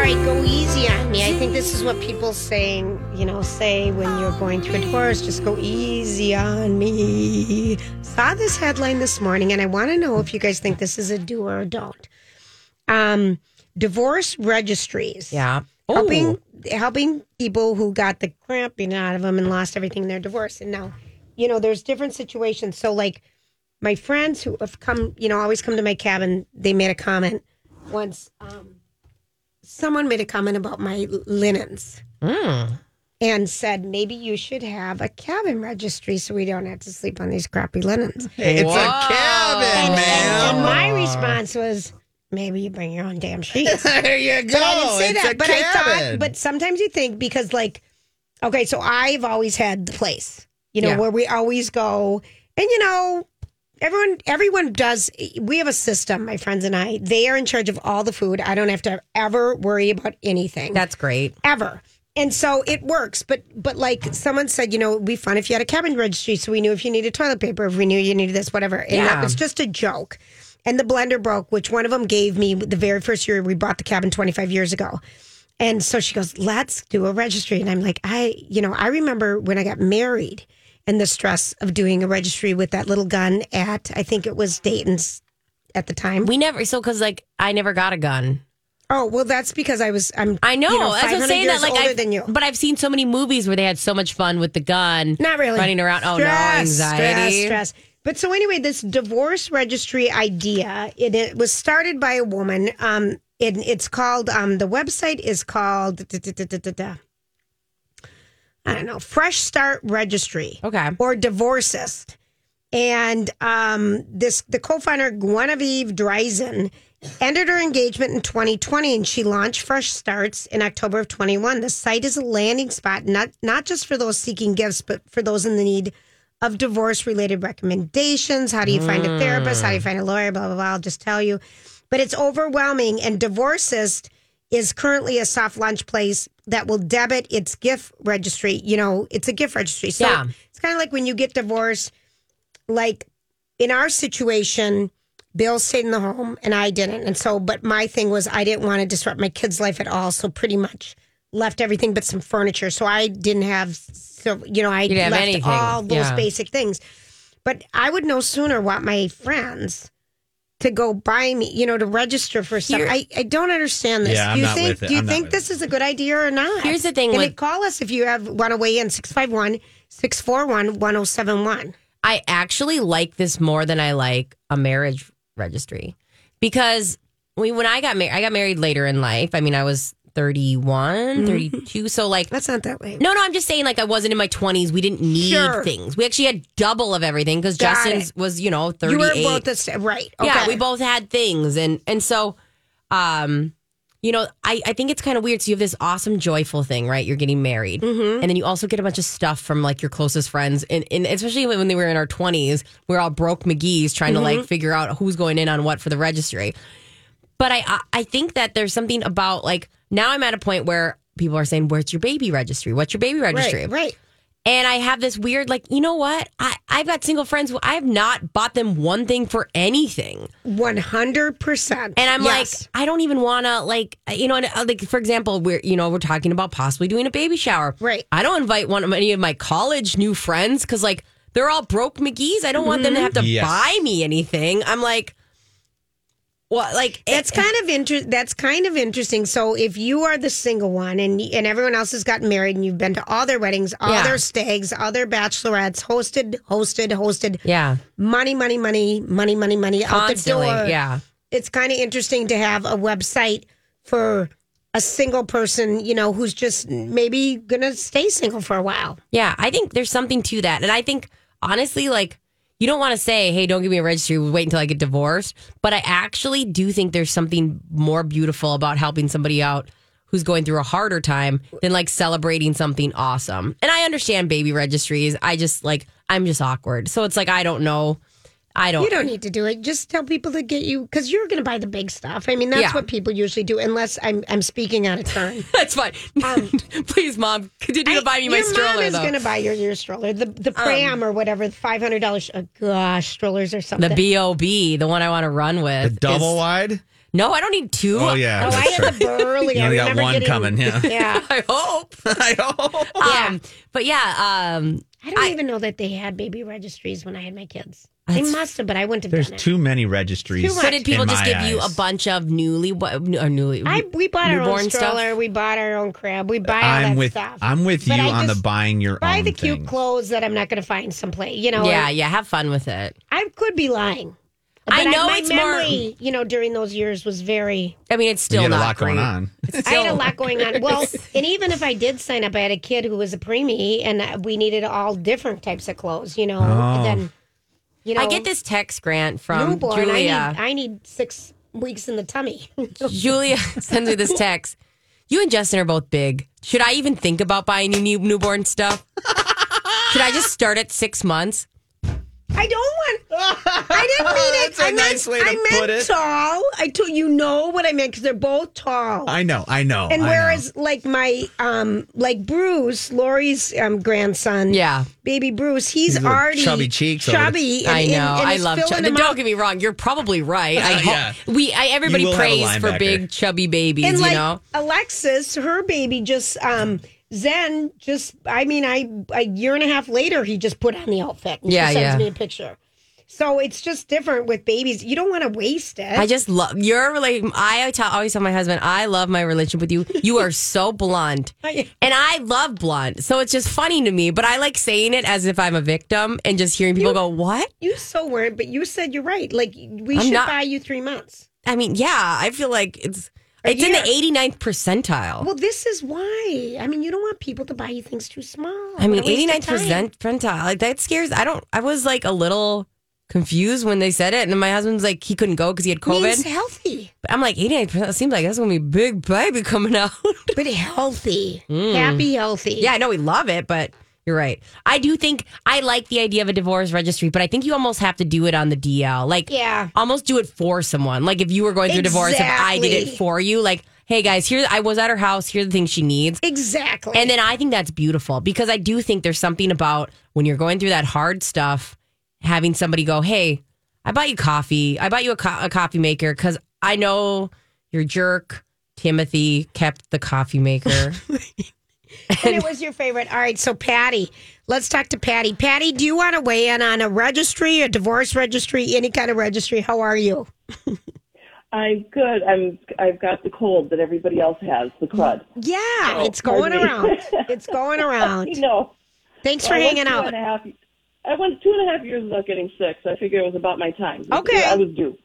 All right, go easy on me. I think this is what people saying, you know, say when you're going through a divorce, just go easy on me. Saw this headline this morning and I want to know if you guys think this is a do or a don't. Um, divorce registries. Yeah. Helping helping people who got the cramping out of them and lost everything in their divorce. And now, you know, there's different situations. So like my friends who have come, you know, always come to my cabin, they made a comment once um someone made a comment about my linens and said maybe you should have a cabin registry so we don't have to sleep on these crappy linens. It's a cabin, And Oh, man. my response was maybe you bring your own damn sheets. There you go. But I didn't say it's that. a But I cabin. thought. But sometimes you think because like, okay, so I've always had the place, you know, Yeah. where we always go, and you know, everyone, everyone does. We have a system. My friends and I, they are in charge of all the food. I don't have to ever worry about anything That's great. ever. And so it works, but but like someone said, you know, it'd be fun if you had a cabin registry, so we knew if you needed toilet paper, if we knew you needed this, whatever. And that Yeah. was just a joke. And the blender broke, which one of them gave me the very first year we bought the cabin twenty five years ago. And so she goes, "Let's do a registry." And I'm like, "I, you know, I remember when I got married and the stress of doing a registry with that little gun at I think it was Dayton's at the time. We never so because like I never got a gun. oh well, that's because I was I'm I know. you know, That's what 500 I'm saying. That years like older I've- than you. but I've seen so many movies where they had so much fun with the gun. Not really. running around. Oh no, anxiety. Stress, stress. But so anyway, this divorce registry idea, it, it was started by a woman. Um, it, it's called, um, the website is called, da, da, da, da, da, da. I don't know, Fresh Start Registry Okay. or divorcist. And um, this the co-founder Guinevere Dreisen ended her engagement in 2020, and she launched Fresh Starts in October of 21. The site is a landing spot not not just for those seeking gifts, but for those in the need of divorce related recommendations. How do you find a therapist? How do you find a lawyer? Blah blah blah. I'll just tell you, but it's overwhelming. And divorcist is currently a soft launch place that will debit its gift registry. You know, it's a gift registry. So Yeah. it's kind of like when you get divorced, like in our situation, Bill stayed in the home and I didn't. And so, but my thing was I didn't want to disrupt my kids' life at all. So pretty much left everything but some furniture. So I didn't have, so, you know, I didn't have left anything. all those Yeah. basic things. But I would no sooner want my friends to go buy me, you know, to register for something. I, I don't understand this. Yeah, I'm do you not think with it. do you I'm not think with this is a good idea or not? Here's the thing And with- it- call us if you have want to weigh in 651 641 1071. I actually like this more than I like a marriage registry because we, when I got married, I got married later in life. I mean, I was 31, 32. So, like, Mm-hmm. That's not that way. no, no, I'm just saying, like, I wasn't in my 20s. We didn't need Sure. things. We actually had double of everything because Got Justin's was, you know, 38. you were both the same. Right. Okay. Yeah, we both had things, and and so, um, you know, I I think it's kind of weird. So you have this awesome, joyful thing, right? You're getting married, Mm-hmm. and then you also get a bunch of stuff from like your closest friends, and, and especially when they were in our twenties, we're all broke McGee's trying to Mm-hmm. like figure out who's going in on what for the registry. But I I- I think that there's something about like now I'm at a point where people are saying, "Where's your baby registry? What's your baby registry?" Right. Right. and I have this weird, like, you know what? I, I've got single friends who I have not bought them one thing for anything. 100%. And I'm Yes. like, I don't even want to, like, you know, and, uh, like, for example, we're, you know, we're talking about possibly doing a baby shower. Right. I don't invite one of any of my college new friends because, like, they're all broke McGee's. I don't want them to have to Yes. buy me anything. I'm like, Well, like it- That's kind of inter- That's kind of interesting. So if you are the single one and and everyone else has gotten married and you've been to all their weddings, all Yeah. their stags, all their bachelorettes, hosted, hosted, hosted, yeah, money, money, money, money, money, money out the door. constantly, yeah. It's kind of interesting to have a website for a single person, you know, who's just maybe gonna stay single for a while. Yeah, I think there's something to that. And I think honestly, like you don't want to say, "Hey, don't give me a registry. We'll wait until I get divorced." But I actually do think there's something more beautiful about helping somebody out who's going through a harder time than like celebrating something awesome. And I understand baby registries. I just like I'm just awkward, so it's like I don't know. I don't. You don't need to do it. Just tell people to get you because you're going to buy the big stuff. I mean, that's Yeah. what people usually do, unless I'm I'm speaking out of turn. That's fine. Please, mom, continue to buy me my Um, your stroller. mom is though. Um, going to buy your your stroller, the the pram or whatever, the five hundred dollars. Oh, gosh, strollers or the something. Bob, the one I want to run with. The double is- wide? No, I don't need two. Oh, yeah. Oh, I that's had right. the burly. You I only got remember one getting- coming, yeah. yeah. I hope. I hope. Um, but yeah, um, I don't even know that they had baby registries when I had my kids. They That's- must have, but I wouldn't have There's done it. too many registries. Too much. so did people in just my give you a eyes. bunch of newly or newly? I we bought our own newborn stuff? stroller. We bought our own crib. We buy all I'm that with stuff. I'm with you But I on the just buying your Buy own the cute things. clothes that I'm not going to find someplace. You know, Yeah, yeah. Have fun with it. I could be lying. I But know my it's more- memory, you know, during those years was very. I mean, it's You still had a not lot great. going on. It's I had a still- lot going on. Well, and even if I did sign up, I had a kid who was a preemie, and we needed all different types of clothes. You know, and Oh. then you know, I get this text grant from newborn. I Julia. need I need six weeks in the tummy. Julia sends me this text. You and Justin are both big. Should I even think about buying you new newborn stuff? Should I just start at six months? I don't want. I didn't mean it. That's a I meant, nice way to I meant put it. tall. I told you know what I meant because they're both tall. I know, I know. and I know. whereas, like my, um, like Bruce, Lori's um, grandson, Yeah. baby Bruce, he's, little already chubby cheeks over chubby. I and- know. and- and I it's love filling chubby. him Don't up. get me wrong. You're probably right. I hope Yeah. we. I everybody will have a prays for linebacker. big chubby babies. And you like know. Alexis, her baby just um Zen just I mean I a year and a half later he just put on the outfit. And Yeah, she sends yeah. me a picture. So it's just different with babies. You don't want to waste it. I just love your relation. I tell, always tell my husband, I love my relationship with you. You are so blunt, and I love blunt. So it's just funny to me. But I like saying it as if I'm a victim and just hearing people go, "What?" you so weren't, but you said you're right. Like we I'm should not- buy you three months. I mean, yeah, I feel like it's it's in year. the 89th percentile. Well, this is why. I mean, you don't want people to buy you things too small. I mean, What a waste of 89th time. percent percentile. Like that scares. I don't. I was like a little confused when they said it, and then my husband's like he couldn't go because he had means COVID. healthy, But I'm like 89th percent. Seems like that's gonna be a big baby coming out. but healthy, Mm. happy, healthy. Yeah, I know we love it, but you're right. I do think I like the idea of a divorce registry, but I think you almost have to do it on the DL. Like, Yeah. almost do it for someone. Like, if you were going through divorce, if I did Exactly. it for you, like, hey guys, here I was at her house. Here are the things she needs. exactly. And then I think that's beautiful because I do think there's something about when you're going through that hard stuff, having somebody go, "Hey, I bought you coffee. I bought you a, co- a coffee maker because I know your jerk Timothy kept the coffee maker." and it was your favorite. All right, so Patty, let's talk to Patty. Patty, do you want to weigh in on a registry, a divorce registry, any kind of registry? How are you? I'm good. I'm. I've got the cold that everybody else has. The crud. Yeah, it's Oh, pardon going me. around. It's going You around. know. Oh, Thanks for I went hanging two out. and a half- I went two and a half years without getting sick, so I figured it was about my time. Okay. I was due.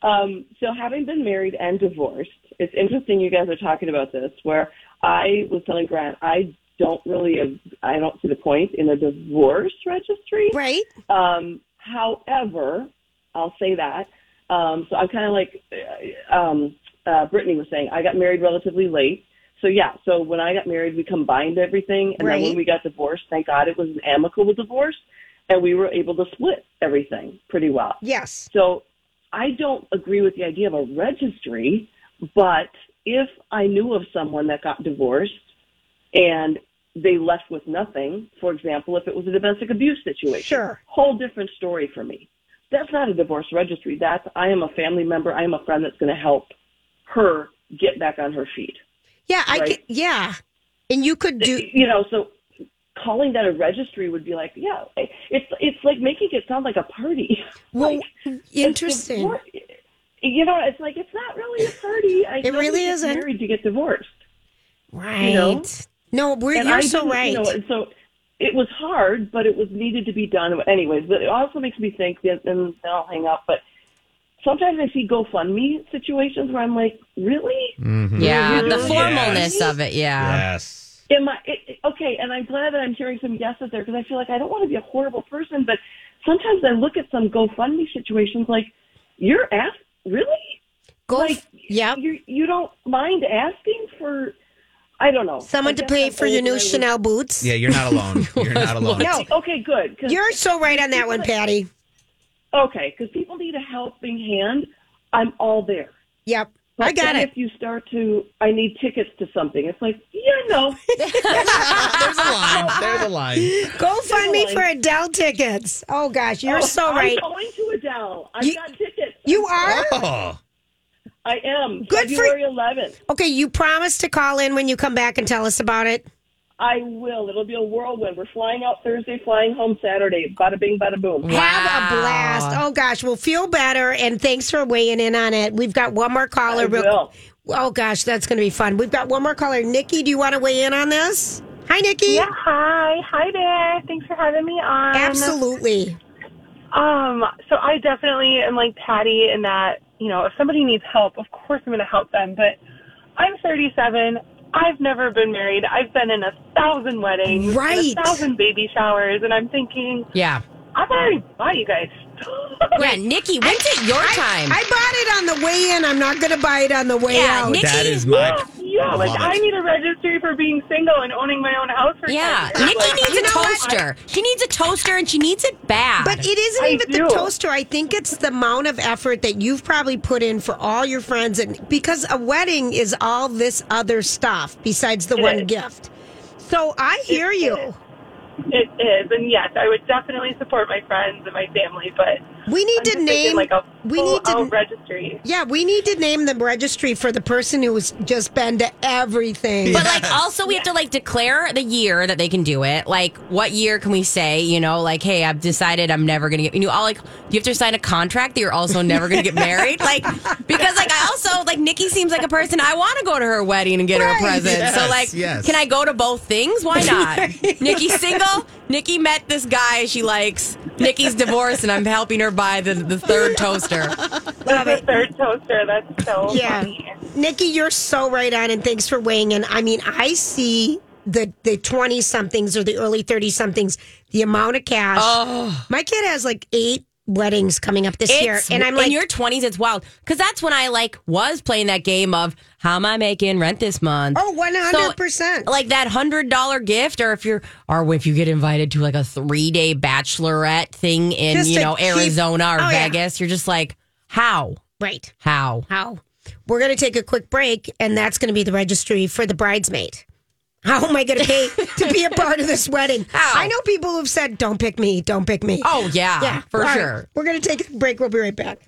Um, so having been married and divorced, it's interesting you guys are talking about this. Where I was telling Grant, I don't really, I don't see the point in a divorce registry. Right? Um, however, I'll say that. Um, so I'm kind of like uh, um, uh, Brittany was saying. I got married relatively late. So yeah. So when I got married, we combined everything, and then Right. when we got divorced, thank God it was an amicable divorce, and we were able to split everything pretty well. Yes. So I don't agree with the idea of a registry, but if I knew of someone that got divorced and they left with nothing, for example, if it was a domestic abuse situation, Sure. whole different story for me. That's not a divorce registry. That's I am a family member. I am a friend that's going to help her get back on her feet. Yeah, I Right. could, yeah. And you could do You know, so calling that a registry would be like, yeah, it's it's like making it sound like a party. well Like, interesting. it's divor- you know, it's like it's not really a party. I It nobody really gets isn't. Married to get divorced. Right. know? No, we're, And you're I so didn't, right. You know, and so it was hard, but it was needed to be done. Anyways, but it also makes me think, and then I'll hang up, but sometimes I see GoFundMe situations where I'm like, really? Mm. Yeah, the Mhm. formalness Yes. of it. Yeah. Yes. Am I, it, it- okay, and I'm glad that I'm hearing some yeses there because I feel like I don't want to be a horrible person, but sometimes I look at some GoFundMe situations like, you're asked, really? Go. Like, yep. You, you don't mind asking for, I don't know. Someone I to guess pay I'm for your old and I new was- Chanel boots. Yeah, you're not alone. You're not alone. No, Okay, good. 'cause- you're so right on that one, Patty. Okay, because people need a helping hand. I'm all there. Yep. But I got then it. If you start to, I need tickets to something. It's like, yeah, no. There's a line. There's a line. Go fund me Totally. for Adele tickets. Oh gosh, you're so right. I'm going to Adele. I've You- got tickets. You are? Oh, I am. Good for- February 11th. Okay, you promised to call in when you come back and tell us about it. I will. It'll be a whirlwind. We're flying out Thursday, flying home Saturday. Bada bing, bada boom. Have a blast. Oh gosh, well feel better and thanks for weighing in on it. We've got one more caller I will. Oh gosh, that's going to be fun. We've got one more caller. Nikki, do you want to weigh in on this? Hi Nikki. Yeah, hi. Hi there. Thanks for having me on. Absolutely. Um, so I definitely am like Patty in that, you know, if somebody needs help, of course I'm going to help them. But I'm 37. I've never been married. I've been in a thousand weddings, and Right. a thousand baby showers, and I'm thinking, Yeah. I've already bought you guys. Yeah, Nikki, when's it your time? I bought it on the way in. I'm not going to buy it on the way Yeah, out. Nikki- that is my. yeah, like Love it. I need to register for being single and owning my own house. For yeah. 10 years. Nikki Like, needs you a know what? toaster. She needs a toaster and she needs it bad. But it isn't I even the do. toaster. I think it's the amount of effort that you've probably put in for all your friends, and because a wedding is all this other stuff besides the one is. gift. So I hear you. It is, and yes, I would definitely support my friends and my family, but We need I'm to just name. thinking, like a we need to. full-out registry. yeah, we need to name the registry for the person who's just been to everything. But like, also, we have to like declare the year that they can do it. Like, what year can we say? You know, like, hey, I've decided I'm never gonna get. You know, all like you have to sign a contract that you're also never gonna get married. Like, because like I also like Nikki seems like a person I want to go to her wedding and get Right. her a present. so Yes, like, yes. can I go to both things? Why not? Nikki's single. Nikki met this guy she likes. Nikki's divorced, and I'm helping her buy the the third toaster. Love the third toaster. That's so Yeah. funny. Nikki, you're so right on, and thanks for weighing in. I mean, I see the the twenty somethings or the early thirty somethings. The amount of cash. Oh. My kid has like eight weddings coming up this year, and I'm like, in your twenties, it's wild because that's when I like was playing that game of how am I making rent this month? oh, one hundred percent. Like that hundred dollar gift, or if you're, or if you get invited to like a three day bachelorette thing in Just you to know keep- Arizona or Oh, yeah. Vegas, you're just like, how, Right? how? How? We're gonna take a quick break, and that's gonna be the registry for the bridesmaid. How am I going to pay to be a part of this wedding? How? I know people who've said, "Don't pick me, don't pick me." Oh yeah, Yeah, for all right. sure. We're going to take a break. We'll be right back.